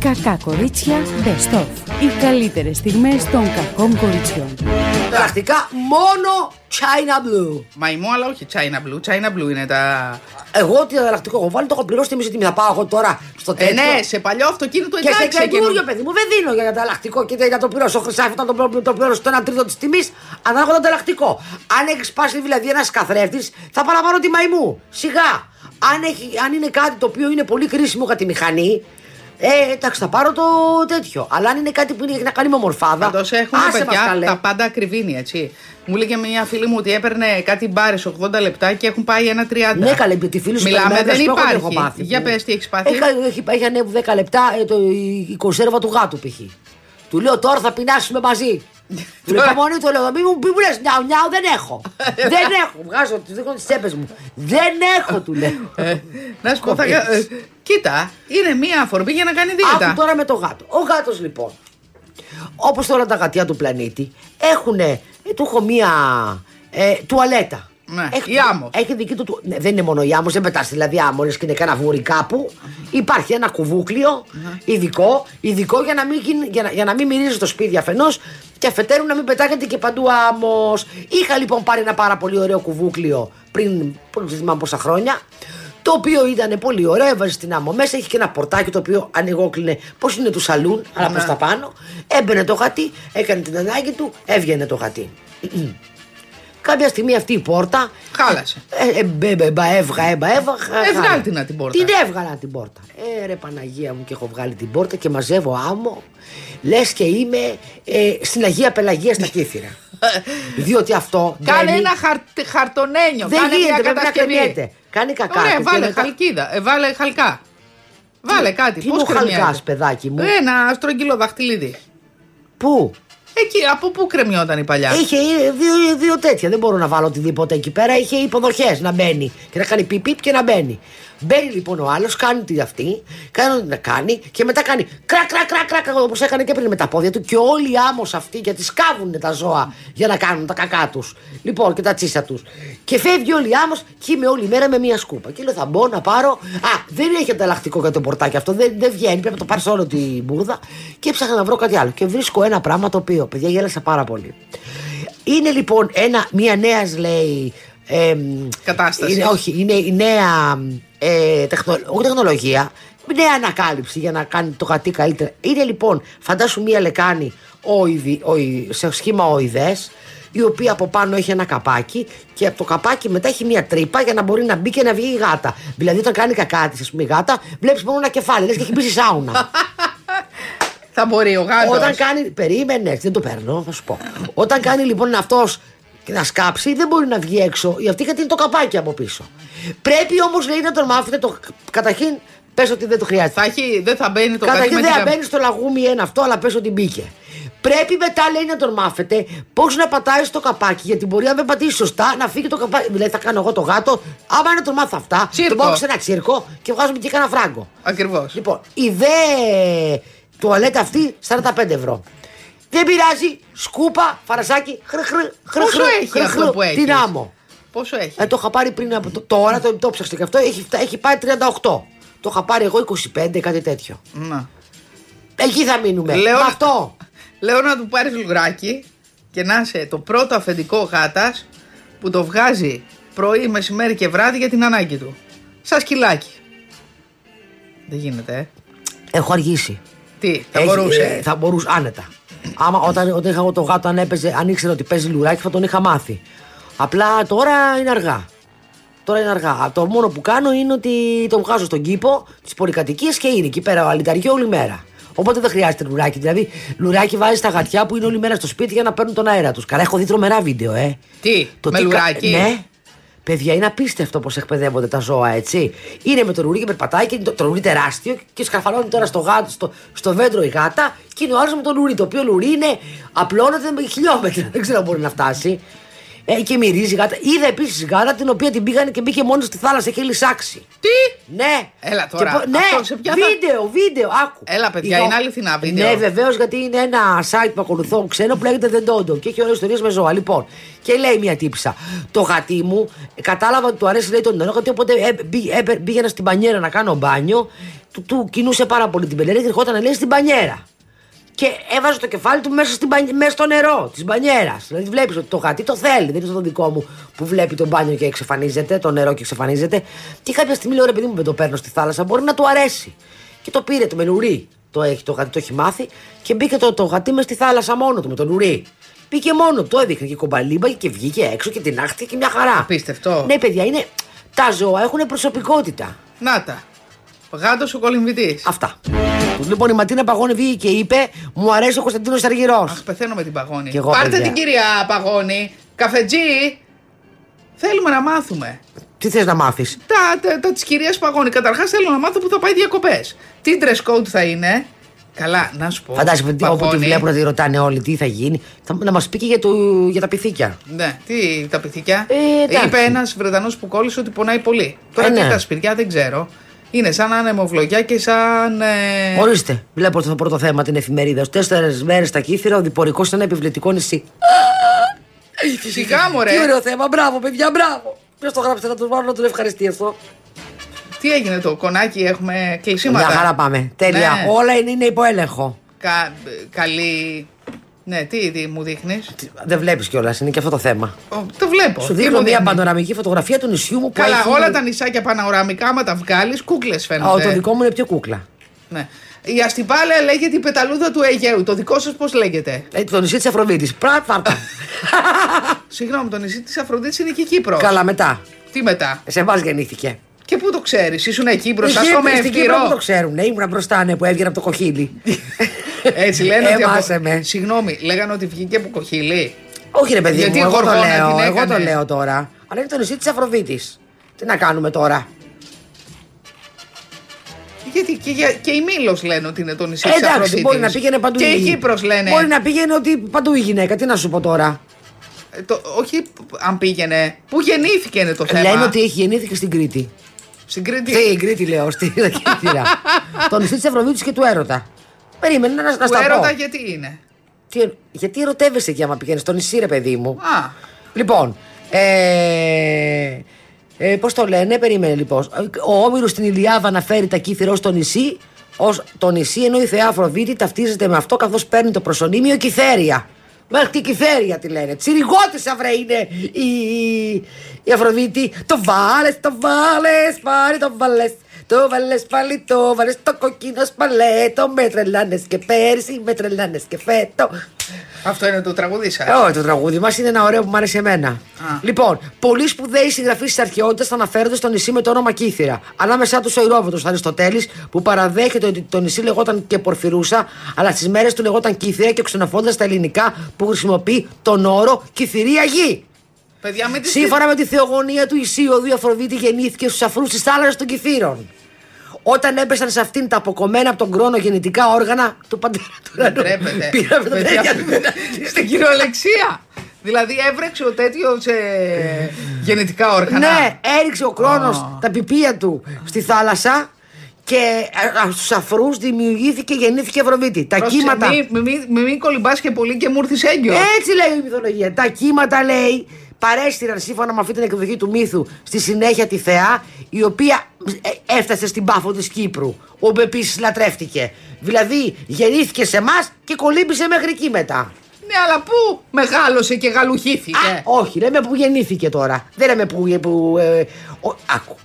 Κακά κορίτσια Best of. Οι καλύτερες στιγμές των κακών κοριτσιών. Πρακτικά μόνο China Blue. Μαϊμού, αλλά όχι China Blue. China Blue είναι τα. Εγώ τι εναλλακτικό έχω βάλει, το έχω πληρώσει τη μισή τιμή. Θα πάω εγώ τώρα στο Ε, τέτοιο. ναι, σε παλιό αυτοκίνητο και σε εντάξει. σε καινούριο, καινούριο. παιδί μου, δεν δίνω για ανταλλακτικό. Και για το πληρώσω. Ο Χρυσάφι όταν το πληρώ- το πληρώσω στο 1 τρίτο της τιμής, ανάλογα το ανταλλακτικό. Αν έχεις σπάσει δηλαδή ένας καθρέφτης, θα παραπάνω τη μαϊμού. Σιγά. Αν, έχει, αν είναι κάτι το οποίο είναι πολύ κρίσιμο για τη μηχανή, ε, εντάξει, θα πάρω το τέτοιο. Αλλά αν είναι κάτι που είναι- έχει να κάνει με ομορφάδα. Πάντως έχουμε άσε μας παιδιά καλέ. τα πάντα ακριβήνει, έτσι. Μου έλεγε μια φίλη μου ότι έπαιρνε κάτι μπάρες 80 λεπτά και έχουν πάει ένα 30. Ναι, καλέ, με τη φίλη σου Μιλάμε, Περμέγας δεν που έχω, υπάρχει. έχω μάθει. Ε, Για πες τι έχεις πάθει. Έχα- Έχει, έχει ανέβει 10 λεπτά ε, το, η, η κονσέρβα του γάτου π.χ. Του λέω τώρα θα πεινάσουμε μαζί. του λέω Τώρα. υπομονή, του λέω μη μου, μη μου λες νιάου νιάου δεν έχω. δεν έχω, βγάζω, του δείχνω τις τσέπες μου. Δεν έχω του λέω. Ε, Να σου πω, θα... Κοπείς. ε, κοίτα, είναι μία αφορμή για να κάνει δίαιτα. Άκου τώρα με το γάτο. Ο γάτος λοιπόν, όπως όλα τα γατιά του πλανήτη, έχουν. του έχω μία ε, τουαλέτα. Ναι, Έχει- η άμμος. Έχει δική του. του- ναι, δεν είναι μόνο η άμμος, δεν πετάς δηλαδή άμμονε και είναι κανένα βούρι κάπου. Υπάρχει ένα κουβούκλιο ειδικό, ειδικό για να μην, γίνει- για να, για να μην μυρίζεις το σπίτι αφενός και αφετέρου να μην πετάγεται και παντού άμμος. Είχα λοιπόν πάρει ένα πάρα πολύ ωραίο κουβούκλιο πριν, πριν δεν θυμάμαι πόσα χρόνια. Το οποίο ήταν πολύ ωραίο, έβαζε την άμμο μέσα. Είχε και ένα πορτάκι το οποίο ανοιγόκλεινε. Πώς είναι του σαλούν, αλλά προ τα πάνω. Έμπαινε το γατί, έκανε την ανάγκη του, έβγαινε το γατί. Κάποια στιγμή αυτή η πόρτα Χάλασε. ε, ε, μπε, μπε, μπα, έβγα, έμπα, έβγα. χα- Ε, χάλα. βγάλ' την να την πόρτα. Την έβγαλα την πόρτα. Ε, ρε Παναγία μου, και έχω βγάλει την πόρτα και μαζεύω άμμο. Λες και είμαι ε, στην Αγία Πελαγίας στα κύθυρα. Διότι αυτό. Κάνε μπαίνει- ένα χαρ- χαρτονένιο. Δεν κάνε γίνεται, μια πρέπει να κατασκευή. κρεμιέται. Κάνει κακά. Ωραία, Και βάλε μετά- χαλκίδα. ε, βάλε χαλκά. Βάλε κάτι. τι πώς μου χαλκάς, κρεμιέται. Ε, παιδάκι μου? Ένα στρογγυλό δαχτυλίδι. Πού? Εκεί, από πού κρεμιόταν η παλιά. Είχε ε, δύο, δύο τέτοια. Δεν μπορώ να βάλω οτιδήποτε εκεί πέρα. Είχε υποδοχές να μπαίνει. Και να κάνει πιπίπ και να μπαίνει. Μπαίνει λοιπόν ο άλλος, κάνει τη αυτή, κάνει ό,τι να κάνει και μετά κάνει κρακ, κρακ, κρακ, κρακ, όπως έκανε και πριν με τα πόδια του. Και όλοι οι άμμος αυτοί, γιατί σκάβουν τα ζώα για να κάνουν τα κακά τους. Λοιπόν, και τα τσίσα τους. Και φεύγει όλη η άμμος και είμαι όλη μέρα με μία σκούπα. Και λέω, θα μπω να πάρω. Α, δεν έχει ανταλλακτικό για το πορτάκι αυτό. Δεν, δεν βγαίνει, πρέπει να το πάρεις όλο τη μπουρδα. Και ψάχνα να βρω κάτι άλλο. Και βρίσκω ένα πράγμα το οποίο, παιδιά, γέλασα πάρα πολύ. Είναι λοιπόν ένα, μια νέας λέει. εμ, Κατάσταση. Είναι, όχι, είναι η νέα ε, τεχνο- όχι τεχνολογία. Νέα ανακάλυψη για να κάνει το γατί καλύτερα. Είναι λοιπόν, φαντάσου μία λεκάνη οιδι, οι- σε σχήμα οειδές η οποία από πάνω έχει ένα καπάκι και από το καπάκι μετά έχει μία τρύπα για να μπορεί να μπει και να βγει η γάτα. Δηλαδή, όταν κάνει κακά της, ας πούμε, η γάτα, βλέπεις μόνο ένα κεφάλι, λες και έχει μπει στη σάουνα. Θα μπορεί ο γάτος. Όταν κάνει. Περίμενες, δεν το παίρνω, θα σου πω. Όταν κάνει λοιπόν αυτός να σκάψει, δεν μπορεί να βγει έξω. Η αυτή γιατί είναι το καπάκι από πίσω. Πρέπει όμως λέει να τον μάθετε το. Καταρχήν, πες ότι δεν το χρειάζεται. Θα έχει, δεν θα μπαίνει το κάτι Καταρχήν με δεν τη θα γαμ- μπαίνει στο λαγούμι ένα αυτό, αλλά πες ότι μπήκε. Πρέπει μετά λέει να τον μάθετε πώς να πατάει στο καπάκι, γιατί μπορεί αν δεν πατήσει σωστά να φύγει το καπάκι. Δηλαδή θα κάνω εγώ το γάτο, άμα να τον μάθω αυτά, Τσίρκο. τον πάω σε ένα τσίρκο και βγάζουμε και κανένα φράγκο. Ακριβώς. Λοιπόν, η δε τουαλέτα αυτή 45 ευρώ. Δεν πειράζει, σκούπα, φαρασάκι, χρ, χρ, χρ, Πόσο χρ, έχει χρ, αυτό χρ, που έχεις? Την άμμο. Πόσο έχει. Ε, το είχα πάρει πριν από το, τώρα, το, το ψάξτε και αυτό, έχει, φτά- έχει πάει 38. Το είχα πάρει εγώ 25, κάτι τέτοιο. Να. Εκεί θα μείνουμε. Λέω- Με αυτό. Λέω να του πάρεις λουράκι και να είσαι το πρώτο αφεντικό γάτας που το βγάζει πρωί, μεσημέρι και βράδυ για την ανάγκη του. Σαν σκυλάκι. Δεν γίνεται, ε. Έχω αργήσει. Τι, θα Έχει- μπορούσε. ε, θα μπορούσε, άνετα. Άμα όταν, όταν είχα εγώ το γάτο, αν, έπαιζε, αν ήξερα ότι παίζει λουράκι, θα τον είχα μάθει. Απλά τώρα είναι αργά. Τώρα είναι αργά. Α, Το μόνο που κάνω είναι ότι τον βγάζω στον κήπο της πολυκατοικίας και είναι εκεί πέρα ο αλυταριό όλη μέρα. Οπότε δεν χρειάζεται λουράκι. Δηλαδή, λουράκι βάζει τα γατιά που είναι όλη μέρα στο σπίτι για να παίρνουν τον αέρα τους. Καλά, έχω δει τρομερά βίντεο, ε. Τι, με κα- λουράκι? Ναι. Παιδιά, είναι απίστευτο πώ εκπαιδεύονται τα ζώα, έτσι. Είναι με το ρουρί και περπατάει και είναι το, το ρουρί τεράστιο και σκαρφαλώνει τώρα στο, γάτο, στο, στο δέντρο η γάτα και είναι ο άλλος με το ρουρί. Το οποίο ρουρί είναι απλώνεται με χιλιόμετρα. Δεν ξέρω αν μπορεί να φτάσει. Ε, και μυρίζει η γάτα. Είδα επίσης γάτα την οποία την πήγανε και μπήκε μόνος στη θάλασσα και έχει λυσάξει. Τι! Ναι. Έλα τώρα, Και πο- Ναι, αυτό σε ποια θα- βίντεο, βίντεο, άκου. Έλα, παιδιά, είναι αληθινά βίντεο. Ναι, βεβαίως, γιατί είναι ένα site που ακολουθώ ξένο που λέγεται The Dodo και έχει ωραίες ιστορίες με ζώα. Λοιπόν, και λέει μια τύψα. Το γατί μου ε, κατάλαβα ότι του αρέσει λέει τον νερό, γιατί οπότε ε, μπή- ε, πήγαινα στην πανιέρα να κάνω μπάνιο. Του, του κινούσε πάρα πολύ την πελέρα και ερχόταν λέει στην πανιέρα. Και έβαζε το κεφάλι του μέσα, στην μπανι- μέσα στο νερό της μπανιέρας. Δηλαδή βλέπεις ότι το γατί το θέλει. Δεν είναι το δικό μου που βλέπει τον μπάνιο και εξαφανίζεται, το νερό και εξαφανίζεται. Και κάποια στιγμή λέω ρε παιδί μου, δεν το παίρνω στη θάλασσα, μπορεί να του αρέσει. Και το πήρε το με λουρί. Το έχει το γατί, το έχει μάθει. Και μπήκε το, το γατί μες στη θάλασσα μόνο του με το λουρί. Πήγε μόνο του, το έδειχνε και κομπαλίμπαγε και βγήκε έξω και την άχτηκε και μια χαρά. Απίστευτο. Ναι, παιδιά, είναι. Τα ζώα έχουν προσωπικότητα. Να τα. Γάτο ο κολυμβητής. Αυτά. Λοιπόν, η Ματίνα Παγώνη βγήκε και είπε: Μου αρέσει ο Κωνσταντίνος Αργυρό. Αχ, πεθαίνω με την παγόνη. Κι εγώ, Πάρτε παιδιά. την κυρία Παγόνη. Καφετζή. Θέλουμε να μάθουμε. Τι θες να μάθεις. Τα, τα, τα της κυρίας Παγόνη. Καταρχάς θέλω να μάθω που θα πάει διακοπές. Τι dress code θα είναι. Καλά, να σου πω. Φαντάζομαι ότι όπου τη Παγόνη. βλέπουν να τη ρωτάνε όλοι τι θα γίνει. Θα, να μας πει και για, το, για τα πυθίκια. Ναι, τι τα πυθικιά. Ε, εντάξει. Είπε ένας Βρετανός που κόλλησε ότι πονάει πολύ. Τώρα Ε, τι ναι. τα σπηριά δεν ξέρω. Είναι σαν ανεμοβλογιά και σαν. ε, Ορίστε, βλέπω στο πρώτο θέμα την εφημερίδα. Τέσσερις μέρες στα κύθυρα, ο διπορικός σε ένα επιβλητικό νησί. Φυσικά, μωρέ. Τι ωραίο θέμα, μπράβο, παιδιά, μπράβο. Ποιο το γράψε να τον βάλω να τον ευχαριστήσω. Τι έγινε το κονάκι, έχουμε κλεισίματα. Μια χαρά πάμε. Τέλεια. Ναι. Όλα είναι, είναι υπό έλεγχο. Κα, καλή. Ναι, τι, τι μου δείχνεις. Τι- Δεν βλέπεις κιόλας, είναι και αυτό το θέμα. Το βλέπω. Σου Τι δείχνω μου μια δείχνει? παντοραμική φωτογραφία του νησιού μου που Καλά, έχει- όλα τα ε. νησάκια πανοραμικά, άμα τα βγάλεις, κούκλες Α, φαίνονται. Το δικό μου είναι πιο κούκλα. ναι. Η αστυπάλαια λέγεται η πεταλούδα του Αιγαίου. Το δικό σας πώς λέγεται. Ε, το νησί της Αφροδίτης. Πράτφαρτα. Συγγνώμη, το νησί της Αφροδίτης είναι και η Κύπρος. Καλά, μετά. Τι μετά. Σε εμάς γεννήθηκε. Και πού το ξέρεις, ήσουν εκεί μπροστά Είχε- στο με στην Κύπρο που το ευκυρό. ξέρουν. Ε, ήμουνα μπροστά ναι, που έβγαινα από το κοχύλι. Έτσι λένε ε, ότι. από- μάσε με. Συγγνώμη, λέγανε ότι βγήκε από κοχύλι. Όχι ρε παιδί Γιατί μου, εγώ το γοργόνα λέω. την Εγώ το έκανες. λέω τώρα. Αλλά είναι το νησί της Αφροδίτης. Τι να κάνουμε τώρα. Γιατί και, για- και η Μήλος λένε ότι είναι το νησί Ε, της εντάξει, Αφροδίτης. μπορεί να πήγαινε παντού Και η γη. Κύπρος λένε. Μπορεί να πήγαινε ότι παντού η γυναίκα. Τι να σου πω τώρα. Ε, Το, όχι π- αν πήγαινε. Πού γεννήθηκε είναι το θέμα. Λένε ότι έχει γεννήθηκε στην Κρήτη. Στην Κρήτη. Στην Κρήτη λέω, στην Κρήτη. το νησί τη Αφροδίτη και του έρωτα. Περίμενε να, να Που στα πω. έρωτα γιατί είναι. Τι- γιατί ερωτεύεσαι εκεί άμα πηγαίνεις στο νησί, ρε παιδί μου. Α, Λοιπόν, ε, ε, πώς το λένε, περίμενε λοιπόν. Ο Όμηρος στην Ηλιάδα αναφέρει τα κύθυρα ως το νησί, ως το νησί, ενώ η Θεά Αφροδίτη ταυτίζεται με αυτό καθώς παίρνει το προσωνύμιο Κυθέρια. Μέχρι και Κυθέρια τη λένε. Τσιριγότησα βρε είναι η, η Αφροδίτη. Το βάλες, το βάλες, πάλι το βάλες. Το βάλες πάλι, το βάλες το κοκκίνο σπαλέτο. Με τρελάνες και πέρσι, με τρελάνες και φέτο. αυτό είναι το τραγούδι σας. Ε, όχι, το τραγούδι μας είναι ένα ωραίο που μου αρέσει εμένα. Λοιπόν, πολλοί σπουδαίοι συγγραφείς της αρχαιότητας αναφέρονται στο νησί με το όνομα Κύθυρα. Ανάμεσά τους ο Ηρόβετο Αριστοτέλης, που παραδέχεται ότι το νησί λεγόταν και Πορφυρούσα, αλλά στις μέρες του λεγόταν Κύθυρα και ξενοφώντα τα ελληνικά που χρησιμοποιεί τον όρο Κυθυρία Γη. Παιδιά, μην τις- Σύμφωνα με τη θεογονία του Ισίωδου, η Αφροδίτη γεννήθηκε στους αφρούς της θάλασσας των Κυθύρων. Όταν έπεσαν σε αυτήν τα αποκομμένα από τον κρόνο γεννητικά όργανα του παντέρα του Δεν ουρανού, τρέπεται. πήραμε τα Παιδιά, τέτοια του Στην κυριολεξία. Δηλαδή έβρεξε ο τέτοιος ε, γενετικά όργανα. Ναι, έριξε ο χρόνο Α. τα πιπία του στη θάλασσα και ε, στους αφρούς δημιουργήθηκε, γεννήθηκε Ευρωβίτη. Τα Πρόσεξε, κύματα. Ε. Μη, μη, μη, μη, μη κολυμπάς και πολύ και μου ήρθες έγκυος. Έτσι λέει η μυθολογία. Τα κύματα λέει παρέστηραν σύμφωνα με αυτή την εκδοχή του μύθου στη συνέχεια τη θεά η οποία ε, έφτασε στην πάφο της Κύπρου όπου επίσης λατρεύτηκε. Δηλαδή γεννήθηκε σε εμάς και κολύμπησε μέχρι εκεί μετά. Ναι, αλλά πού μεγάλωσε και γαλουχήθηκε. Α, όχι, λέμε που γεννήθηκε τώρα. Δεν λέμε που. που ε, ο- άκου.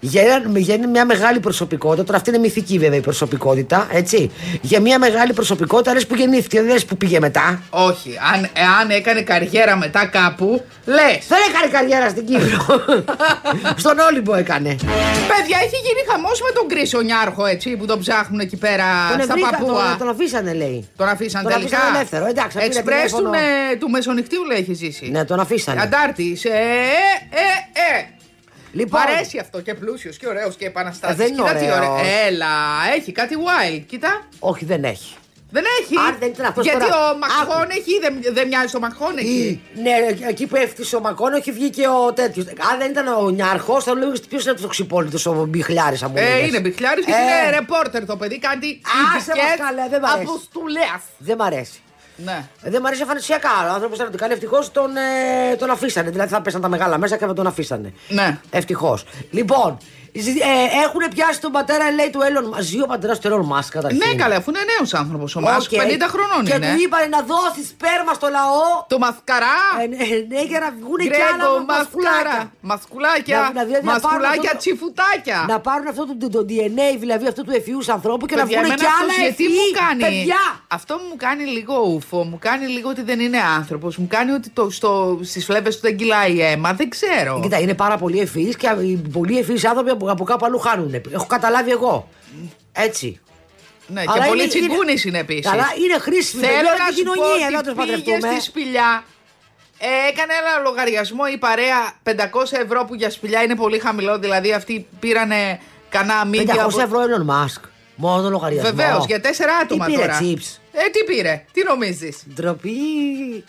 Για, ένα- για μια μεγάλη προσωπικότητα, τώρα αυτή είναι μυθική βέβαια η προσωπικότητα, έτσι. Για μια μεγάλη προσωπικότητα λες που γεννήθηκε, δεν λες που πήγε μετά. Όχι, αν, εάν έκανε καριέρα μετά κάπου, λες. Δεν έκανε καριέρα στην Κύπρο. Στον Όλυμπο έκανε. Παιδιά, έχει γίνει χαμός με τον Κρίσο Νιάρχο, έτσι, που τον ψάχνουν εκεί πέρα Τον στα ευρύκα, παππούα. τον, τον αφήσανε, λέει. Τον αφήσαν τον τελικά. αφήσαν ελεύθερο, εντάξει, θα πήρε Εξπρές του, τηλέφωνο. ε, του μεσονυχτίου λέει έχει ζήσει. Ναι, τον αφήσανε. Αντάρτης. Ε, ε, ε. Λοιπόν. Μ' αρέσει αυτό και πλούσιος και ωραίος και επαναστάτη. Ε, δεν είναι ωραίος. Έλα, έχει κάτι wild. Κοίτα. Όχι, δεν έχει. Δεν έχει. Αν δεν ήταν αυτός Γιατί τώρα- ο Μακχόνεχη δεν, δεν μοιάζει στο Μακχόνεχη. Ή- Ναι, εκεί που έφτιαξε ο Μακόνοχη βγήκε ο τέτοιος. Αν δεν ήταν ο Νιάρχος, θα λέγαμε ποιο είναι αυτό το ξυπόλυτος, ο Μπιχλιάρης. Ε, είναι μπιχλιάρης και Ε. είναι ρεπόρτερ το παιδί. Κάτι Άσε μας καλέ, δεν μ' αρέσει. αποστουλέα. Δεν μ' αρέσει. Ναι. Ε, Δεν μ' αρέσει εμφανισιακά. Ο άνθρωπος ήταν ότι κάνει. Ευτυχώς τον, ε, τον αφήσανε. Δηλαδή θα πέσαν τα μεγάλα μέσα και θα τον αφήσανε. Ναι. Ευτυχώς. Λοιπόν, ζη- ε, έχουν πιάσει τον πατέρα, λέει του Έλλον. Ζει ο πατέρας του Έλλον Μάσκ καταρχήν. Ναι, καλά, αφού είναι νέος άνθρωπος ο Μάσκ, Οκ. 50 χρονών και είναι. του είπανε να δώσει σπέρμα στο λαό. Το μασκαρά. Ε, ναι, ναι, για να βγουν και άλλα Γκρέκο, μασκουλάκια. μασκουλάρα. Μασκουλάκια. Να- να- δηλαδή να πάρουν Μασκουλάκια, αυτό το- τσιφουτάκια. Να πάρουν αυτό το, το- το DNA, δηλαδή αυτό του εφιούς ανθρώπου και Παιδιά, να βγουν εμένα και αυτός άλλα γιατί εφιού. μου κάνει. Παιδιά! Αυτό μου κάνει λίγο ούφο, μου κάνει λίγο ότι δεν είναι άνθρωπος, μου κάνει ότι το, στο, στις φλέβες του δεν κυλάει αίμα, δεν ξέρω. Κοίτα, είναι πάρα πολύ ευφυεί και οι πολύ ευφυεί άνθρωποι από, από κάπου αλλού χάνουν. Έχω καταλάβει εγώ. Έτσι. ναι, και Αλλά πολύ είναι- τσιγκούνη είναι, είναι επίσης. Καλά, είναι χρήσιμη Θέλω παιδιά, για να την σου πω κοινωνία, να τους ότι πήγε παντρευτούμε. στη σπηλιά, ε, έκανε ένα λογαριασμό η παρέα 500 ευρώ που για σπηλιά είναι πολύ χαμηλό, δηλαδή αυτοί πήρανε κανένα μήνυμα. 500 ευρώ Elon Musk. Μόνο το λογαριασμό. Βεβαίως, για τέσσερα άτομα Τι πήρε τώρα. chips. Ε, τι πήρε, τι νομίζεις. Ντροπή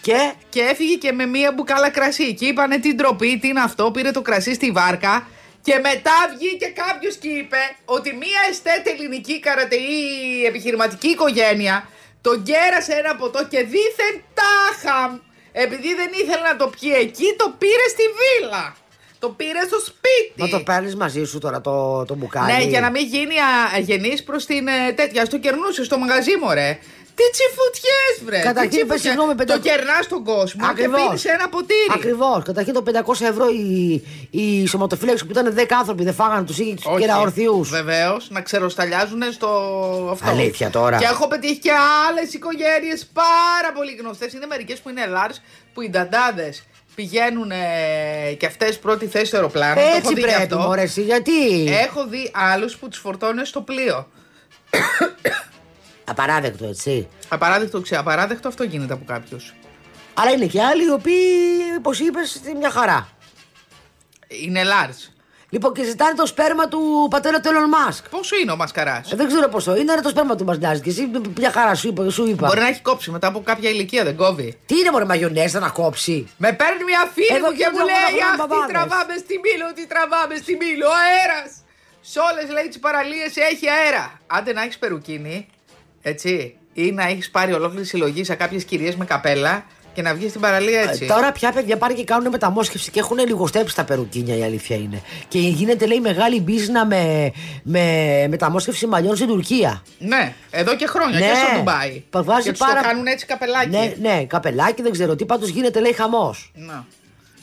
και. Και έφυγε και με μία μπουκάλα κρασί. Και είπανε τι ντροπή, τι είναι αυτό, πήρε το κρασί στη βάρκα. Και μετά βγήκε κάποιος και είπε ότι μία εστέτ ελληνική καρατεή επιχειρηματική οικογένεια τον κέρασε ένα ποτό και δήθεν τάχαμ. Επειδή δεν ήθελε να το πιει εκεί, το πήρε στη βίλα. Το πήρε στο σπίτι. Μα το παίρνεις μαζί σου τώρα το, το μπουκάλι. Ναι, για να μην γίνει αγενή προς την ε, τέτοια. Στο κερνούσες, στο μαγαζί μου, ρε. Τι τσιφουτιέ, βρε. τι Καταρχήν, τσιφουτιές. πες συγγνώμη, Το πεντακόσια- κερνά στον κόσμο και πίνει ένα ποτήρι. Ακριβώς. Καταρχήν το 500 ευρώ η, η σωματοφύλαξη που ήταν 10 άνθρωποι, δεν φάγανε τους ή του κέρα ορθιού. Βεβαίως, να ξεροσταλιάζουν στο αυτό. Αλήθεια τώρα. Και έχω πετύχει και άλλες οικογένειες πάρα πολύ γνωστές. Είναι μερικές που είναι Ελλάδε που οι νταντάδες πηγαίνουν ε, και αυτές πρώτη θέση στο αεροπλάνο. το έχω Έτσι δει και πρέπει, αυτό. Ε. μωρέ, εσύ, γιατί. Έχω δει άλλους που τους φορτώνουν στο πλοίο. Απαράδεκτο, έτσι. Απαράδεκτο, ξε, απαράδεκτο αυτό γίνεται από κάποιους. Αλλά είναι και άλλοι οι οποίοι, όπως είπες, μια χαρά. Είναι large. Λοιπόν, και ζητάνε το σπέρμα του πατέρα του Elon Musk. Πόσο είναι ο μασκαράς. Ε, δεν ξέρω πόσο είναι, αλλά το σπέρμα του μας νοιάζει. Και εσύ μια χαρά σου είπα. Σου είπα. Μπορεί να έχει κόψει μετά από κάποια ηλικία, δεν κόβει. Τι είναι μωρέ μαγιονέζα να κόψει. Με παίρνει μια φίλη Εδώ μου και γίνονται μου λέει: όλα Αχ, μπαμπάδες». τι τραβάμε στη μήλο, τι τραβάμε στη μήλο. Ο αέρας. Σε όλες λέει τις παραλίες έχει αέρα. Άντε να έχεις περουκίνη, έτσι. ή να έχεις πάρει ολόκληρη συλλογή σε κάποιες κυρίες με καπέλα και να βγεις στην παραλία έτσι. Ε, Τώρα πια παιδιά πάνε και κάνουν μεταμόσχευση και έχουν λιγοστέψει τα περουκίνια, η αλήθεια είναι. Και γίνεται, λέει, μεγάλη μπίζνα με, με μεταμόσχευση μαλλιών στην Τουρκία. Ναι, εδώ και χρόνια και στο Ντουμπάι. Πα- βάζει και τους το κάνουν έτσι καπελάκι. Ναι, ναι, καπελάκι, δεν ξέρω τι. Πάντως γίνεται, λέει, χαμός. Να.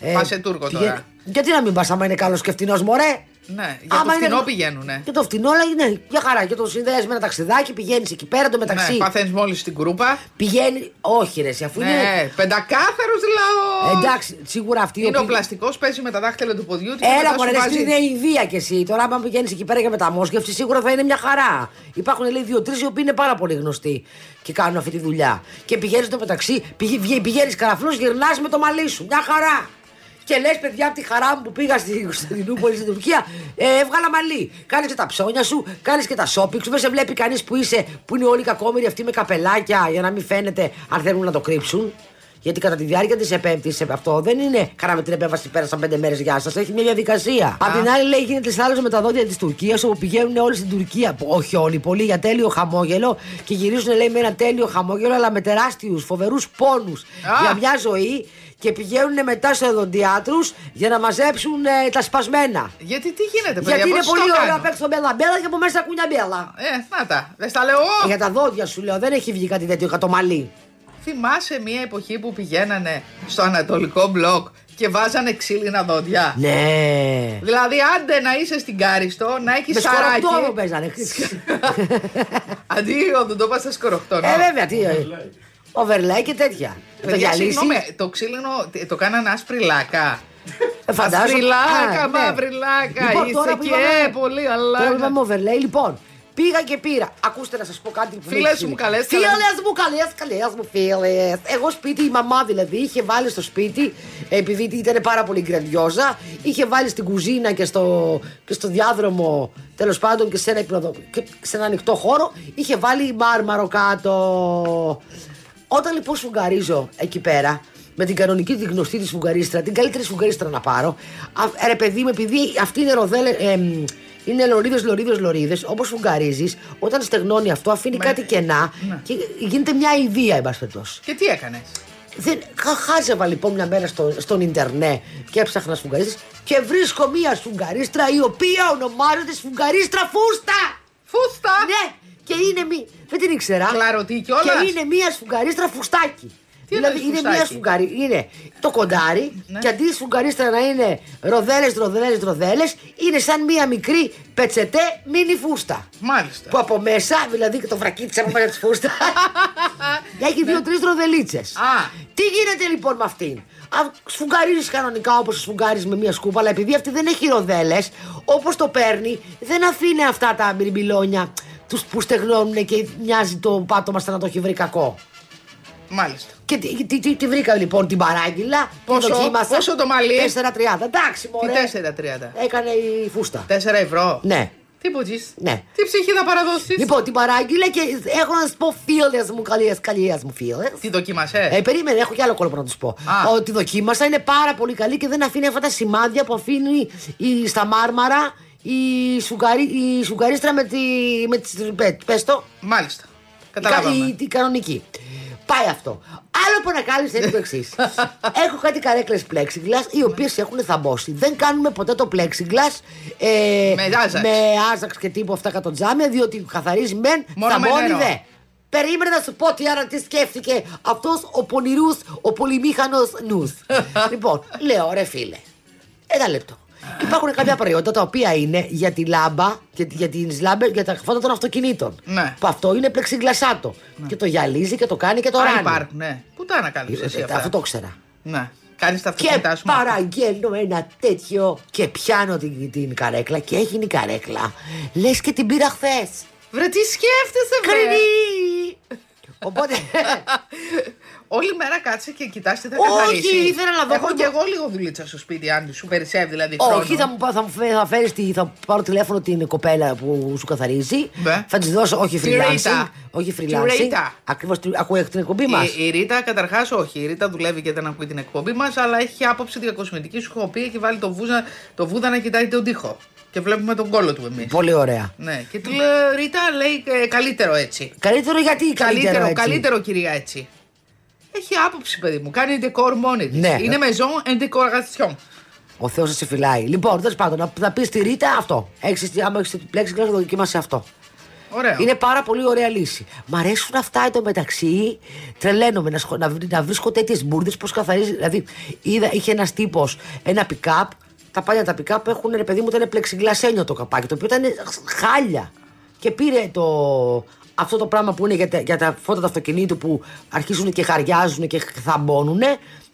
Ε, Πας σε Τούρκο τώρα. Γιατί να μην πας, άμα είναι καλός και φτηνό, μωρέ. Ναι, για το Άμα φθηνό είναι- πηγαίνουνε. Και το φτηνό, αλλά είναι για χαρά. Και το συνδέει με ένα ταξιδάκι, πηγαίνεις εκεί πέρα το μεταξύ. Ναι, παθαίνεις μόλις στην κρούπα. Πηγαίνει. Όχι, ρε, εσύ, αφού είναι. Ναι, πεντακάθαρος λαός. Εντάξει, σίγουρα αυτή Είναι ο πλαστικός, παίζει με τα δάχτυλα του ποδιού του. και μετά Έλα, σου μωρέ, ρε, βάζει- εσύ είναι Ινδία κι εσύ. Τώρα, άμα πηγαίνεις εκεί πέρα για μεταμόσχευση, σίγουρα θα είναι μια χαρά. Υπάρχουν, λέει, δύο-τρει οι οποίοι είναι πάρα πολύ γνωστοί και κάνουν αυτή τη δουλειά. Και πηγαίνεις το μεταξύ, πηγαίνεις καραφλός, γυρνάς με το μαλλί σου. Μια χαρά. Και λες, παιδιά, από τη χαρά μου που πήγα στην Κωνσταντινούπολη, στην Τουρκία, ε, έβγαλα μαλλί. Κάνει και τα ψώνια σου, κάνει και τα shopping σου. Δεν σε βλέπει κανείς που είσαι, που είναι όλοι κακόμοιροι αυτοί με καπελάκια, για να μην φαίνεται αν θέλουν να το κρύψουν. Γιατί κατά τη διάρκεια της επέμπτη αυτό δεν είναι κάναμε την επέμβαση πέρασαν πέντε μέρες γεια σας. Έχει μια διαδικασία. Απ' την άλλη, λέει, γίνεται σάλο με τα δόντια της Τουρκίας όπου πηγαίνουν όλοι στην Τουρκία. που- Όχι όλοι, πολλοί για τέλειο χαμόγελο και γυρίζουν, λέει, με ένα τέλειο χαμόγελο, αλλά με τεράστιους φοβερούς πόνους Α. για μια ζωή και πηγαίνουν μετά σε δοντιάτρου για να μαζέψουν ε, τα σπασμένα. Γιατί τι γίνεται, Ε, παιδιά, Γιατί είναι πώς πολύ το ωραίο κάνω? να παίξω μπέλα μπέλα και από μέσα κουνιά μπέλα. Ε, να τα. Δεν στα λέω εγώ. Ε, Για τα δόντια σου λέω, δεν έχει βγει κάτι τέτοιο για το μαλλί. Θυμάσαι μια εποχή που πηγαίνανε στο Ανατολικό μπλοκ και βάζανε ξύλινα δόντια. Ναι. Δηλαδή, άντε να είσαι στην Κάριστο, να έχεις Με σαράκι. σκοροπτόρο παίζανε. Αντί ο Ντουντόπας θα σκοροχτώνω. Ε, βέβαια, τι. ε, Overlay και τέτοια. Θα τα Παιδιά, γυαλίσει. συγγνώμη, το ξύλινο τι- το κάνανε άσπρη λάκα. Ε, φαντάζομαι. Άσπρη λάκα, Α, ναι. μαύρη λάκα. Λοιπόν, Είσαι τώρα που και ε, είπαμε- πολύ ναι. Τώρα που αλλά. είπαμε overlay, λοιπόν. Πήγα και πήρα. Ακούστε να σας πω κάτι που Φίλες μου καλές, Φίλε καλές. μου, καλές, καλές μου, φίλες. Εγώ σπίτι, η μαμά δηλαδή, είχε βάλει στο σπίτι, επειδή ήταν πάρα πολύ γκρανδιόζα, είχε βάλει στην κουζίνα και στο, και στο διάδρομο, τέλος πάντων και σε, ένα, υπνοδο- και σε ένα ανοιχτό χώρο, είχε βάλει μάρμαρο κάτω. Όταν λοιπόν σφουγγαρίζω εκεί πέρα, με την κανονική τη γνωστή τη σφουγγαρίστρα, την καλύτερη σφουγγαρίστρα να πάρω, α, ρε παιδί μου, επειδή αυτή είναι ροδέλε. εμ, είναι λωρίδες, λωρίδες, λωρίδες. Όπως φουγγαρίζει, όταν στεγνώνει αυτό, αφήνει Με- κάτι κενά Ναι. και γίνεται μια ιδέα, εν πάση περιπτώσει. Και τι έκανες. Δεν, χα- χάζευα λοιπόν μια μέρα στο, στον Ιντερνετ και έψαχνα σφουγγαρίστε και βρίσκω μια σφουγγαρίστρα η οποία ονομάζεται σφουγγαρίστρα Φούστα! Φούστα! Ναι! Και είναι μία. Δεν την ήξερα. Κλαρωτή κιόλας. Και είναι μία σφουγγαρίστρα φουστάκι. Δηλαδή, Τι εννοείς είναι φουστάκι? μία σφουγγαρί. Είναι το κοντάρι Ναι. και αντί η σφουγγαρίστρα να είναι ροδέλες, ροδέλες, ροδέλες, είναι σαν μία μικρή πετσετέ μίνι φούστα. Μάλιστα. Που από μέσα, δηλαδή και το βρακί τη από μέσα της φούστα. έχει δύο-τρει ροδελίτσες. Ναι. Α. Τι γίνεται λοιπόν με αυτήν. Σφουγγαρίζεις κανονικά όπως σφουγγαρίζεις με μια σκούπα, αλλά επειδή αυτή δεν έχει ροδέλες, όπως το παίρνει, δεν αφήνει αυτά τα μπυρμπυλόνια τους που στεγνώνουν και μοιάζει το πάτωμα σαν να το έχει βρει κακό. Μάλιστα. Και τι, τι, τι- τι βρήκα λοιπόν την παράγγυλα, Πόσο- την δοκίμασα. πόσο το μαλλί? 4,30. Εντάξει, Τι μωρέ. 4,30. Έκανε η φούστα. 4 ευρώ. Ναι. Τι πουτζής. Ναι. Τι ψυχή θα παραδώσει. Λοιπόν, την παράγγειλα και έχω να σα πω φίλες μου, καλέ, καλέ μου φίλες. Τι δοκίμασες. Ε, περίμενε, έχω κι άλλο κόλπο να τους πω. Α. Ότι δοκίμασα είναι πάρα πολύ καλή και δεν αφήνει αυτά τα σημάδια που αφήνει η, στα μάρμαρα η, σουγκαρί, η σουγκαρίστρα με τη. Με τις τριπέ- πες το. Μάλιστα. Η κα- Καταλάβαμε. Η, η κανονική. Πάει αυτό. Άλλο που ανακάλυψα είναι το εξής. Έχω κάτι καρέκλες πλέξιγκλα οι οποίες έχουν θαμπόσει. Δεν κάνουμε ποτέ το πλέξιγκλα ε, Με άζαξ. με άζαξ και τύπου αυτά κατά τζάμια, διότι καθαρίζει μεν, Μόνο με θαμπώνει νερό. δε. Περίμενε να σου πω τι άρα τι σκέφτηκε αυτός ο πονηρούς, ο πολυμήχανος νους. λοιπόν, λέω ρε φίλε, ένα λεπτό. Υπάρχουν κάποια προϊόντα τα οποία είναι για τη λάμπα, για, τη- για, τις λάμπες- για τα φώτα των αυτοκινήτων. Ναι. Που αυτό είναι πλεξιγκλασάτο. Και το γυαλίζει και το κάνει και το Αν ράνει. υπάρχουν, ναι. Πού τα ανακάλυψε εσύ Ε, αυτά. Αυτό το ξέρα. Ναι. Κάνεις τα Και αυτοκίνητά σου. με αυτά. παραγγέλνω ένα τέτοιο και πιάνω την, την καρέκλα και έγινε η καρέκλα. Λες και την πήρα χθες. Βρε, τι σκέφτεσαι, βρε. Κρινή! Οπότε. Όλη μέρα κάτσε και κοιτάς τι θα Όχι, καθαρίσει. ήθελα να δω Έχω πώς και το- εγώ λίγο δουλίτσα στο σπίτι, αν σου περισσεύει δηλαδή. χρόνο. Όχι, θα μου πα- θα μου φε- θα φέρεις τη- θα πάρω τηλέφωνο την κοπέλα που σου καθαρίζει. Ναι. Θα της δώσω, όχι Τη freelancing. Ρίτα. Όχι Τη Ε, freelancing. Ρίτα. Ακριβώς ακούει την εκπομπή μας. Η, η Ρίτα, καταρχάς, όχι. Η Ρίτα δουλεύει και δεν ακούει την εκπομπή μας, αλλά έχει άποψη διακοσμητική σου έχω πει, έχει βάλει το, βούζα, το βούδα να κοιτάει τον τοίχο. Και βλέπουμε τον κόλο του εμείς. Πολύ ωραία. Ναι, και του λέω Ρίτα, λέει «Ε, καλύτερο έτσι. Καλύτερο γιατί καλύτερο. Καλύτερο, έτσι. καλύτερο κυρία έτσι. Έχει άποψη, παιδί μου. Κάνει decor μόνη της. Ναι. Είναι maison and decoration. Ο Θεός σε φυλάει. Λοιπόν, τέλος πάντων, να, να πεις στη Ρίτα αυτό. Έχεις, άμα έχεις πλέξει, να δοκιμάσεις αυτό. Ωραίο. Είναι πάρα πολύ ωραία λύση. Μ' αρέσουν αυτά εντωμεταξύ. Τρελαίνομαι να, σχο- να, βρ- να βρίσκω τέτοιες μπουρδες πώς καθαρίζει. Δηλαδή, είδα, είχε ένας τύπος ένα pick-up. Τα παλιά τα pick-up έχουν ρε παιδί μου ήταν πλεξιγκλασένιο το καπάκι, το οποίο ήταν χάλια. Και πήρε το, αυτό το πράγμα που είναι για τα, για τα φώτα του αυτοκινήτου που αρχίζουν και χαριάζουν και θαμπώνουν.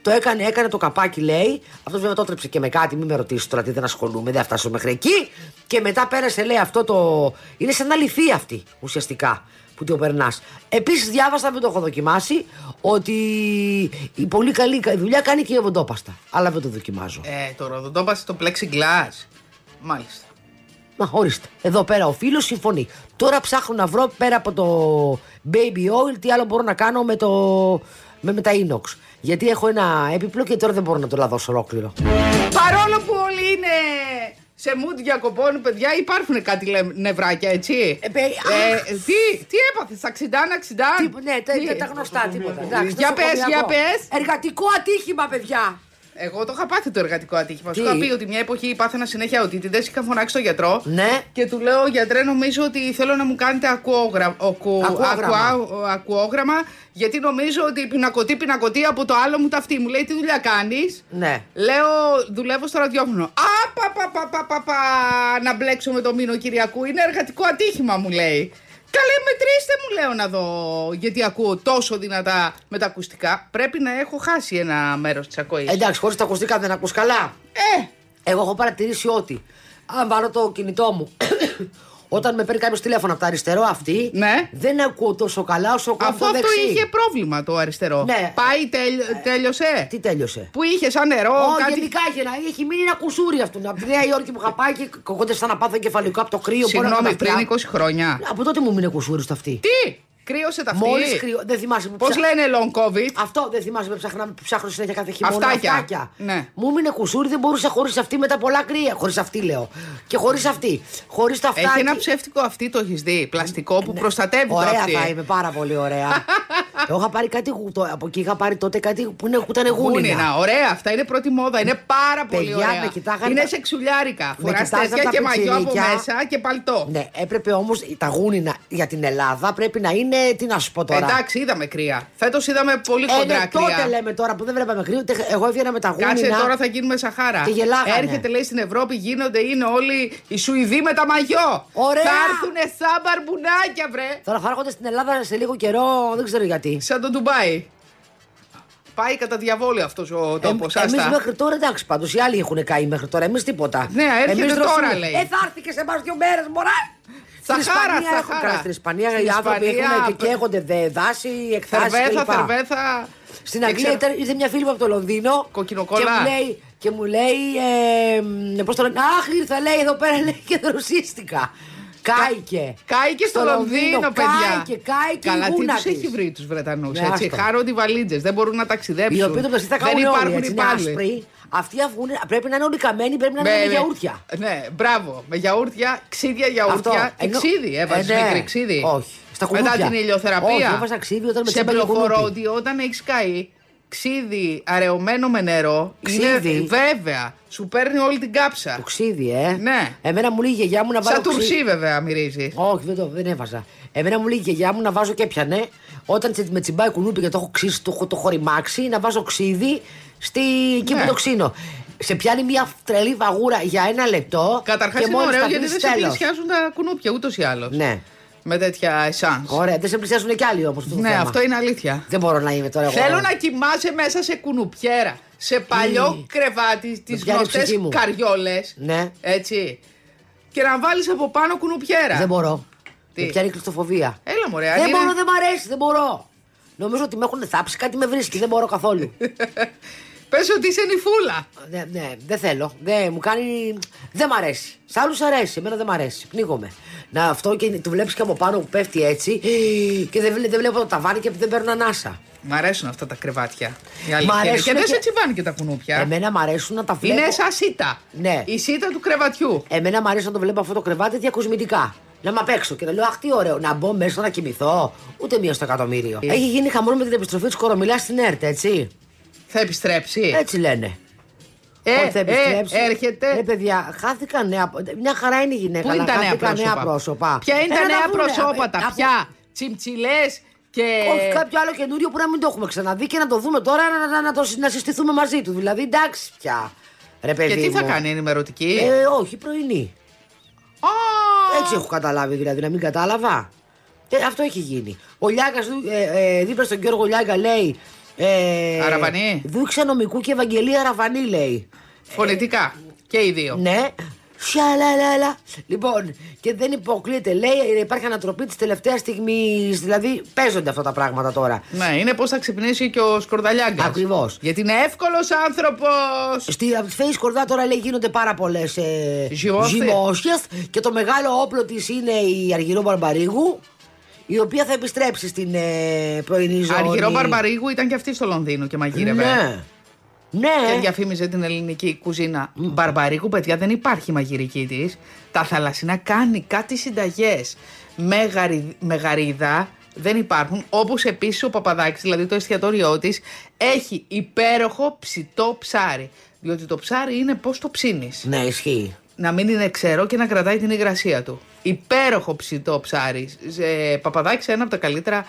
Το έκανε, έκανε το καπάκι, λέει. Αυτός βέβαια το έτρεψε και με κάτι, μην με ρωτήσεις τώρα τι δεν ασχολούμαι, δεν θα φτάσω μέχρι εκεί. Και μετά πέρασε, λέει, αυτό το. Είναι σαν αληθή αυτή ουσιαστικά που το περνάς. Επίσης, διάβασα, δεν το έχω δοκιμάσει, ότι η πολύ καλή δουλειά κάνει και η εβοντόπαστα. Αλλά δεν το δοκιμάζω. Ε, το ροδοντόπασε το plexiglass. Μάλιστα. Μα ορίστε. Εδώ πέρα ο φίλος συμφωνεί. Τώρα ψάχνω να βρω πέρα από το baby oil τι άλλο μπορώ να κάνω με το. Με, με τα inox. Γιατί έχω ένα έπιπλο και τώρα δεν μπορώ να το λαδώσω ολόκληρο. Παρόλο που όλοι είναι σε mood διακοπών, παιδιά, υπάρχουν κάτι λε- νευράκια, έτσι. Ε, παι- αχ. τι, τι έπαθες, αξιντάν, αξιντάν. Τι, ναι, τα, τα- τα γνωστά τίποτα. Εντάξει, ε, Για πες, νοσοκομιακό. για πες. Εργατικό ατύχημα, παιδιά. Εγώ το είχα πάθει το εργατικό ατύχημα. Τι? Σου είχα πει ότι μια εποχή πάθαινα συνέχεια οτίτιδε, είχα φωνάξει τον γιατρό. Ναι. Και του λέω, γιατρέ, νομίζω ότι θέλω να μου κάνετε ακουόγρα- οκου- Ακουόγραμμα. ακουά- ακουόγραμμα, γιατί νομίζω ότι πινακωτή, πινακωτή από το άλλο μου ταυτί. Μου λέει, τι δουλειά κάνεις. Ναι. Λέω, δουλεύω στο ραδιόφωνο. Α, πα, πα, πα, πα, πα, πα, να μπλέξω με το μήνο Κυριακού. Είναι εργατικό ατύχημα, μου λέει. Καλέ, μετρήστε μου, λέω να δω, γιατί ακούω τόσο δυνατά με τα ακουστικά. Πρέπει να έχω χάσει ένα μέρος της ακοής. Ε, Εντάξει, χωρίς τα ακουστικά δεν ακούς καλά. Εγώ έχω παρατηρήσει ότι αν βάλω το κινητό μου Όταν με παίρνει κάποιος τηλέφωνο από το αριστερό αυτή, Ναι. δεν ακούω τόσο καλά όσο ακούω από Αφού το αυτό δεξί. είχε πρόβλημα το αριστερό. Ναι. Πάει, τέλ- τέλειωσε. Τι τέλειωσε. Που είχε σαν νερό, Ω, κάτι. γενικά έχει, ένα, έχει μείνει ένα κουσούρι αυτού. Από τη Νέα Υόρκη που είχα πάει και κοκόντευσα να πάθω εγκεφαλικό από το κρύο. μπορώ να κάνω Συγγνώμη, πριν αυτιά. 20 χρόνια. Από τότε μου μείνει κουσούρι στο αυτή. Τι! Κρύωσε τα αυτή. Μόλι κρύο. Δεν θυμάσαι που Πώς ψα- λένε long COVID. Αυτό δεν θυμάσαι που ψάχναμε που ψάχνω συνέχεια κάθε χειμώνα. Αυτάκια. Ναι. Ναι. Μου μείνε κουσούρι, δεν μπορούσα χωρίς αυτή μετά πολλά κρύα. Χωρίς αυτή λέω. Και χωρίς αυτή. Χωρίς τα αυτάκια. Έχει ένα ψεύτικο αυτή, το έχεις δει. Πλαστικό που προστατεύει το Ναι. Ωραία αυτή. θα είμαι, πάρα πολύ ωραία. Εγώ είχα πάρει κάτι. γου- το- Από εκεί είχα πάρει τότε κάτι που είναι- που ήταν γούνινα. Γούνινα, ωραία, αυτά είναι πρώτη μόδα. Είναι πάρα πολύ Παιδιά, ωραία. με κοιτάγανε Είναι τα- σεξουλιάρικα. Με Φοράς κοιτάζαν τέτοια τα και μαγιό από πιτσιρίκια. μέσα και παλτό. Ναι, έπρεπε όμως τα γούνινα για την Ελλάδα πρέπει να είναι. Τι να σου πω Ναι, τώρα. Εντάξει, είδαμε κρύα. Φέτος είδαμε πολύ Ε, ναι, χοντρά τότε κρύα. λέμε τώρα που δεν βλέπαμε κρύο. ούτε- Εγώ έβγαινα με τα γούνινα. Κάτσε τώρα θα γίνουμε Σαχάρα. Και γελάγανε. Έρχεται λέει στην Ευρώπη, γίνονται είναι όλοι οι Σουηδοί με τα μαγιό. Ωραία. Θα έρθουνε σαν μπαρμπουνάκια, βρε. Τώρα θα έρχονται στην Ελλάδα σε λίγο καιρό, δεν ξέρω γιατί. Σαν το Ντουμπάι. Πάει κατά διαβόλιο αυτός ο τόπο. Εμεί Ε, μέχρι τώρα εντάξει, πάντως οι άλλοι έχουν καεί μέχρι τώρα. Εμείς τίποτα. Ναι, έρχεται Εμείς τώρα, δροσούμε. λέει. Ε, θα έρθει και σε εμάς δύο μέρες, μωρά! Στα Στην χάρα, Ισπανία στα έχουν χάρα. καεί. Στην Ισπανία Στην οι άνθρωποι Ισπανία, έχουν και π- καίγονται δε- δάση, εκθάσεις Θερβέθα, κλπ. θερβέθα. Στην Και Αγγλία ξέρω- ήταν, ήρθε μια φίλη μου από το Λονδίνο. Κοκκινοκόλλα. Και μου λέει. Και μου λέει ε, πώς το λένε, Αχ, ήρθα λέει εδώ πέρα λέει, και δροσίστηκα. Κάηκε. Κάηκε στο, Λονδίνο, παιδιά. Κάηκε, κάηκε. η Καλά, τι γούνα τους της. έχει βρει τους Βρετανούς. Ναι, έτσι. άστο. Χάρονται οι βαλίτσε. Δεν μπορούν να ταξιδέψουν. Οι οποίοι το πλαστή θα Δεν κάνουν όλοι, υπάρχουν έτσι, είναι υπάλληλοι. άσπροι. Αυτοί θα βγουν, πρέπει να είναι όλοι καμένοι, πρέπει να είναι με γιαούρτια. Ναι, μπράβο. Με γιαούρτια, ξύδια γιαούρτια. Ενώ- Ξύδι, έβαζε Ε, ναι. μικρή ξύδι. Όχι. Στα κουνούπια. Μετά την ηλιοθεραπεία. Όχι, έβαζα ξύδι όταν με Σε τσιμπάνε πληροφορώ κουνούπι. ότι όταν έχεις καεί ξύδι αραιωμένο με νερό. είναι- Ξύδι. βέβαια. Σου παίρνει όλη την κάψα. Το ξύδι, ε. Ναι. Εμένα μου λέει η γιαγιά μου να βάλω. Σαν ξύ- τουρσί, βέβαια, μυρίζεις. Όχι, δεν, το, δεν έβαζα. Εμένα μου λέει η γιαγιά μου να βάζω και πιανέ. Όταν τσι- με τσιμπάει κουνούπι και το έχω ξύσει, το, έχω- το έχω ρημάξει, να βάζω ξύδι στη... εκεί Ναι. που το ξύνω. Σε πιάνει μια τρελή βαγούρα για ένα λεπτό. Καταρχάς και είναι μόλις ωραίο τα γιατί δεν κλείσεις, σε τέλος. πλησιάζουν τα κουνούπια ούτως ή άλλως. Ναι. Με τέτοια εσάν. Ωραία, δεν σε πλησιάζουν κι άλλοι όμω. Ναι, αυτό είναι αλήθεια. Δεν μπορώ να είμαι τώρα εγώ. Θέλω να κοιμάσαι μέσα σε κουνουπιέρα. Σε παλιό Ή. κρεβάτι, τις πιάνεις η γνωστές ψυχή μου. καριόλες. Ναι. Έτσι. Και να βάλεις από πάνω κουνουπιέρα. Δεν μπορώ. Τι? Με πιάνει η κλειστοφοβία. Έλα, μωρέ, αν δεν είναι- μπορώ, δεν μ' αρέσει, δεν μπορώ. Νομίζω ότι με έχουν θάψει, κάτι με βρίσκει, δεν μπορώ καθόλου. Πες ότι είσαι νυφούλα. ναι, ναι, δεν θέλω. Δεν μου κάνει. Δεν μ' αρέσει. Σ' άλλους αρέσει, εμένα δεν μ' αρέσει. Πνίγομαι. Να αυτό και το βλέπεις και από πάνω που πέφτει έτσι και δεν, βλέ- δεν βλέπω το ταβάνι και δεν παίρνω ανάσα. Μ' αρέσουν αυτά τα κρεβάτια. η αλήθεια είναι. αρέσουν Και δεν και- σε τσιμπάνε και τα κουνούπια. Εμένα μ' αρέσουν να τα βλέπω. Είναι σαν σίτα. Ναι. Η σίτα του κρεβατιού. Εμένα μου αρέσει να το βλέπω αυτό το κρεβάτι διακοσμητικά. Να είμαι απ' έξω και να λέω Αχ, τι ωραίο, να μπω μέσα να κοιμηθώ. Ούτε μία στο εκατομμύριο. Ε. Έχει γίνει χαμό με την επιστροφή της κορομιλάς στην ΕΡΤ, έτσι. Θα επιστρέψει. Έτσι λένε. Ε, Ότι θα επιστρέψει. έρχεται. Ναι, παιδιά, χάθηκαν νέα. Μια χαρά είναι η γυναίκα. Πού είναι αλλά τα νέα χάθηκαν πρόσωπα. νέα πρόσωπα. Ποια είναι τα Έλα να νέα δούμε. πρόσωπα, Ε, τα αφού- πια. Ε. Τσιμτσιλέ και. Όχι κάποιο άλλο καινούριο που να μην το έχουμε ξαναδεί και να το δούμε τώρα να, να, να, το, συ- να συστηθούμε μαζί του. Δηλαδή εντάξει πια. Ρε παιδί Και τι θα μου. κάνει, ενημερωτική. Ε, όχι, πρωινή. Α, Έτσι έχω καταλάβει, δηλαδή, να μην κατάλαβα. Και αυτό έχει γίνει. Ο Λιάγκα ε, ε, δίπλα στον Γιώργο Λιάγκα λέει. Ε, Αραβανή. Δούξα νομικού και Ευαγγελία Αραβανή λέει. Φωνητικά. Και οι δύο. Ναι. Σιαλαλαλα. Λοιπόν, και δεν υποκλείεται. Λέει υπάρχει ανατροπή της τελευταίας στιγμής. Δηλαδή παίζονται αυτά τα πράγματα τώρα. Ναι, είναι πώς θα ξυπνήσει και ο Σκορδαλιάγκας. Ακριβώς. Γιατί είναι εύκολος άνθρωπος. Στη από τη Face Κορδά τώρα λέει γίνονται πάρα πολλές ε, Ζυμώσεις. ζυμώσεις και το μεγάλο όπλο της είναι η Αργυρό Μπαρμπαρίγου η οποία θα επιστρέψει στην ε, πρωινή ζώνη. Αργυρό Μπαρμπαρίγου ήταν και αυτή στο Λονδίνο και μαγείρευε. Ναι. Και Ναι. διαφήμιζε την ελληνική κουζίνα. Μπαρμπαρίκου, παιδιά, δεν υπάρχει μαγειρική της. Τα θαλασσινά κάνει κάτι συνταγές. Με, γαρι- με γαρίδα δεν υπάρχουν. Όπως επίσης ο Παπαδάκης, δηλαδή το εστιατόριό της, έχει υπέροχο ψητό ψάρι. Διότι το ψάρι είναι πώς το ψήνεις. Ναι, ισχύει. Να μην είναι ξερό και να κρατάει την υγρασία του. Υπέροχο ψητό ψάρι. Ε, Παπαδάκη, ένα από τα καλύτερα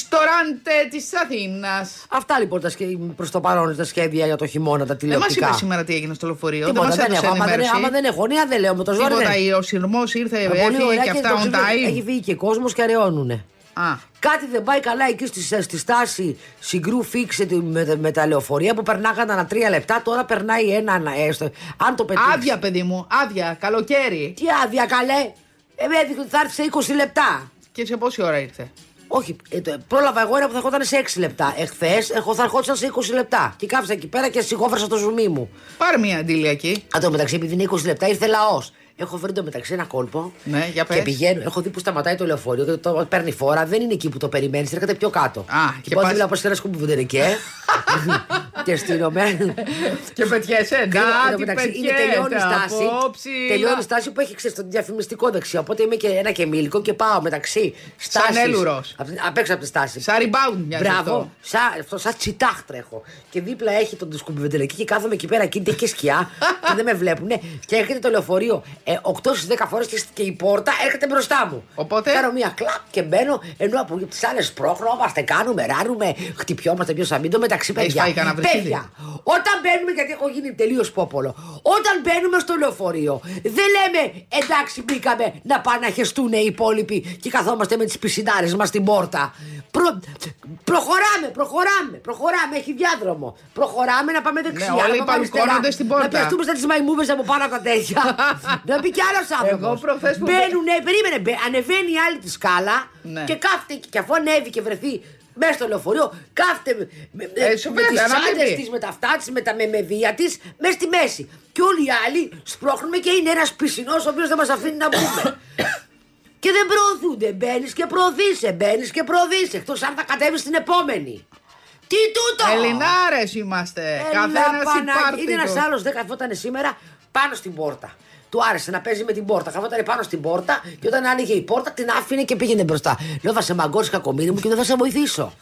ριστοράντε της Αθήνας. Αυτά λοιπόν τα προς το παρόν τα σχέδια για το χειμώνα, τα Δεν μας τηλεοπτικά. είπες σήμερα τι έγινε στο λεωφορείο. Τίποτα δεν μας δεν έδωσε έχω. Άμα δεν, ενημέρωση. άμα δεν έχω νέα, δεν λέω με το ζόρι. ναι. Τίποτα, δεν- ο σειρμός ήρθε, Α, πολύ Ε, έφυγε ωραία και αυτά το on ξέρω, Έχει time. βγει και κόσμος και αραιώνουνε. Α, Κάτι δεν πάει καλά εκεί στη, στη στάση συγκρού φίξε τη- με, με τα λεωφορεία που περνάγαν ανά τρία λεπτά. Τώρα περνάει ένα ανά έστω. ε, Αν το πετύχεις. άδεια, παιδί μου, άδεια, καλοκαίρι. Τι άδεια, καλέ. Ε, με έδειχνε ότι θα έρθει σε 20 λεπτά. Και σε πόση ώρα ήρθε. Όχι, ε, το- πρόλαβα εγώ ένα που θα ερχόταν σε 6 λεπτά. Εχθές εγώ θα ερχόταν σε 20 λεπτά. Και κάθισα εκεί πέρα και σιγόφρασα το ζουμί μου. Πάρε μια αντίλιακή. Αν τω μεταξύ, επειδή είναι 20 λεπτά, ήρθε λαός. Έχω βρει το μεταξύ ένα κόλπο. Ναι, για πες. Και πηγαίνω. Έχω δει που σταματάει το λεωφορείο και το παίρνει φόρα. Δεν είναι εκεί που το περιμένεις, έρχεται πιο κάτω. Α, και πάω πας- δίπλα από ένα σκούμπι βουντενικέ. ε. και στείνομαι. Λοιπόν, Και πετιέσαι. Εν τω Κάτι μεταξύ, πετιέσαι. Είναι τελειώνει η στάση. απόψη. Τελειώνει η στάση που έχει ξέρεις, το διαφημιστικό δεξιά. Οπότε είμαι και ένα και μήλικο και πάω μεταξύ στάσης. έλουρος. Απ' έξω από τη στάση. Σαν rebound μοιάζει Μπράβο, αυτό. σαν, αυτό, σαν τσιτάχ τρέχω. Και δίπλα έχει τον σκουμπιβεντελεκή και κάθομαι εκεί πέρα και έχει και σκιά και δεν με βλέπουν. Και έρχεται το λεωφορείο ε, 8 στι 10 φορές και, και η πόρτα έρχεται μπροστά μου. Οπότε? Κάνω μία κλαπ και μπαίνω ενώ από τις άλλες πρόχνομαστε, κάνουμε, ράνουμε, χτυπιόμαστε πιο σαμίντο μεταξύ Έχεις παιδιά. φάει κανένα βρυσίδι? παιδιά, όταν μπαίνουμε, γιατί έχω γίνει τελείως πόπολο, όταν μπαίνουμε στο λεωφορείο, δεν λέμε εντάξει, μπήκαμε να πάνε να χεστούν οι υπόλοιποι και καθόμαστε με τις πισινάρες μας στην πόρτα. Προ- προχωράμε, προχωράμε, προχωράμε, έχει διάδρομο. Προχωράμε να πάμε δεξιά. Ναι, όλοι να πάμε παλουκώνονται αριστερά, στην πόρτα. Να πιαστούμε σαν τις μαϊμούβες από πάνω από τα τέτοια. να μπει κι άλλος άνθρωπος. Εγώ προχθές που- Μπαίνουνε, περίμενε, μπαι- ανεβαίνει η άλλη τη σκάλα Ναι. και κάθεται εκεί. Και αφού ανέβει και βρεθεί μέσα στο λεωφορείο, κάθεται με- με- Ε, με σου με βέβαια, τις ανάπηρη. άντρες της, με τα αυτά της, με τα μεμεδία της, μέσα στη μέση. Και όλοι οι άλλοι σπρώχνουμε και είναι ένας πισινός ο οποίος δεν μας αφήνει να μπούμε. και δεν προωθούνται. Μπαίνεις και προωθείσαι, μπαίνεις και προωθείσαι. Εκτός αν θα κατέβεις στην επόμενη. Τι τούτο! Ελληνάρες είμαστε. Έλα, Καθένας Παναγί- υπάρχει. Είναι ένας άλλος, δεν καθόταν σήμερα πάνω στην πόρτα. Του άρεσε να παίζει με την πόρτα. Καθόταν πάνω στην πόρτα και όταν άνοιγε η πόρτα την άφηνε και πήγαινε μπροστά. Λέω θα σε μαγκώσει κακομίρι μου και δεν θα σε βοηθήσω.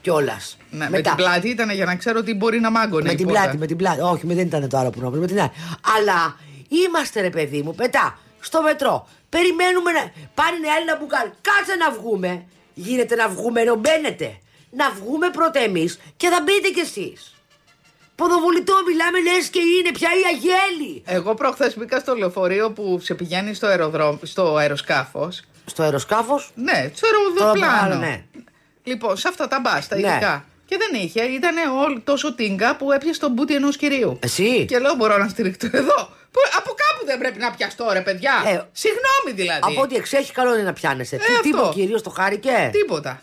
Κιόλα. Ναι, με την πλάτη ήταν για να ξέρω τι μπορεί να μάγκωνε. Με η την πόρτα. πλάτη, με την πλάτη. Όχι, με- δεν ήταν το άλλο που νόμιζα. Με την άλλη. Αλλά είμαστε ρε παιδί μου, πετά, στο μετρό. Περιμένουμε να. Πάρει άλλη να μπουκάλι. Κάτσε να βγούμε. Γίνεται να βγούμε ενώ μπαίνετε. Να βγούμε πρώτα εμείς και θα μπείτε κι εσείς. Ποδοβολητό μιλάμε, λες και είναι πια η Αγέλη. Εγώ προχθές μπήκα στο λεωφορείο που σε πηγαίνει στο, αεροδρόμ, στο αεροσκάφος. Στο αεροσκάφος. Ναι, στο Τώρα, αεροδρόμο. ναι. Λοιπόν, σε αυτά τα μπα, τα Ναι. ειδικά. Και δεν είχε, ήταν όλοι τόσο τίνγκα που έπιασε τον μπούτι ενός κυρίου. Εσύ. Και λέω: Μπορώ να στηριχτώ εδώ. Που, από κάπου δεν πρέπει να πιαστώ, ρε παιδιά. Ε, Συγγνώμη δηλαδή. Από ό,τι εξέχει, καλό είναι να πιάνεσαι. Ε, Τι αυτό. τύπο κυρίω το χάρηκε. Τίποτα.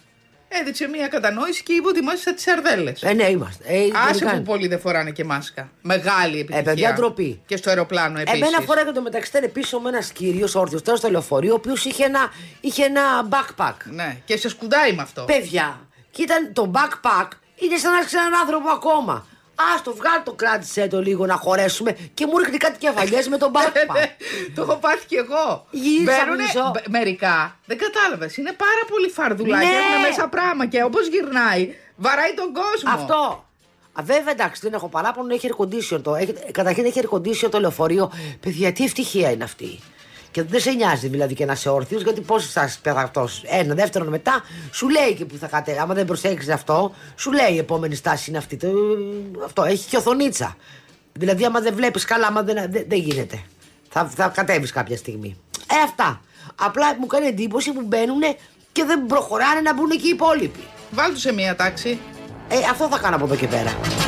Έδειξε μια κατανόηση και είπε ότι είμαστε τι αρδέλε. Ε, ναι, είμαστε. Ε, Άσε γενικά που είναι. πολλοί δεν φοράνε και μάσκα. Μεγάλη επιτυχία. Ε, παιδιά, ντροπή. Ε, Και στο αεροπλάνο επίση. Εμένα φοράγε το μεταξύ ήταν πίσω με ένας κύριος όρθιος τώρα στο λεωφορείο, ο οποίος είχε ένα, είχε ένα backpack. Ναι, και σε σκουντάει με αυτό. Παιδιά, και ήταν το backpack, είναι σαν να έρχεσαι έναν άνθρωπο ακόμα. Ας το βγάλω, το κράτησε το λίγο να χωρέσουμε και μου ρίχνει κάτι κεφαλιές με το backpack. Ναι, το έχω πάθει κι εγώ. Γύρισα Μπαίνουνε- πίσω. μπ- μερικά. Δεν κατάλαβες. Είναι πάρα πολύ φαρδουλάκια. Ναι. Έχουν μέσα πράγμα και όπως γυρνάει, βαράει τον κόσμο. Αυτό. Α, βέβαια εντάξει, δεν έχω παράπονο, έχει air condition το. Έχει, καταρχήν έχει air condition το λεωφορείο. Παιδιά, τι ευτυχία είναι αυτή. Και δεν σε νοιάζει δηλαδή και να είσαι όρθιος, γιατί πόσε θα πεθακτό. Ένα, δεύτερον μετά, σου λέει και που θα κατέβει. Άμα δεν προσέξει αυτό, σου λέει η επόμενη στάση είναι αυτή. Το, αυτό έχει και οθονίτσα. Δηλαδή, άμα δεν βλέπεις καλά, άμα δεν, δεν, δεν γίνεται. Θα, θα κατέβεις κάποια στιγμή. Ε, αυτά. Απλά μου κάνει εντύπωση που μπαίνουν και δεν προχωράνε να μπουν και οι υπόλοιποι. Βάλ τους σε μία τάξη. Ε, αυτό θα κάνω από εδώ και πέρα.